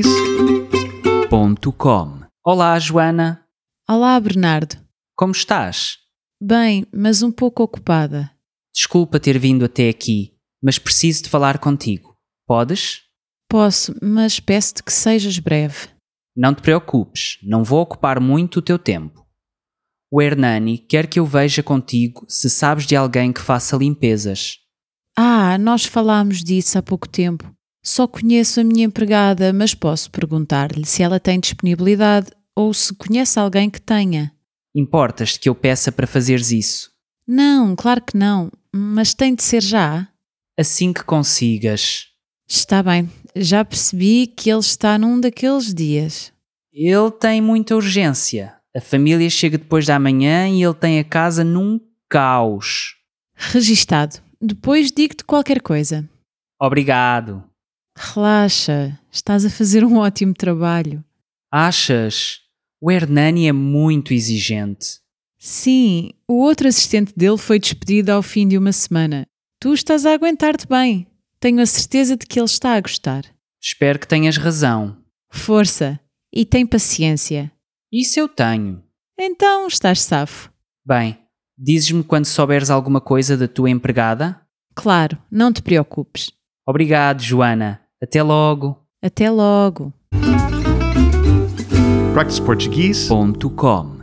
practiceportuguese.com. Olá, Joana. Olá, Bernardo. Como estás? Bem, mas um pouco ocupada. Desculpa ter vindo até aqui, mas preciso de falar contigo. Podes? Posso, mas peço-te que sejas breve. Não te preocupes, não vou ocupar muito o teu tempo. O Hernani quer que eu veja contigo se sabes de alguém que faça limpezas. Ah, nós falámos disso há pouco tempo. Só conheço a minha empregada, mas posso perguntar-lhe se ela tem disponibilidade ou se conhece alguém que tenha. Importas-te que eu peça para fazeres isso? Não, claro que não, mas tem de ser já. Assim que consigas. Está bem, já percebi que ele está num daqueles dias. Ele tem muita urgência. A família chega depois da manhã e ele tem a casa num caos. Registado. Depois digo-te qualquer coisa. Obrigado. Relaxa, estás a fazer um ótimo trabalho. Achas? O Hernani é muito exigente. Sim, o outro assistente dele foi despedido ao fim de uma semana. Tu estás a aguentar-te bem. Tenho a certeza de que ele está a gostar. Espero que tenhas razão. Força e tem paciência. Isso eu tenho. Então estás safo. Bem, dizes-me quando souberes alguma coisa da tua empregada? Claro, não te preocupes. Obrigado, Joana. Até logo. Até logo. practiceportuguese.com.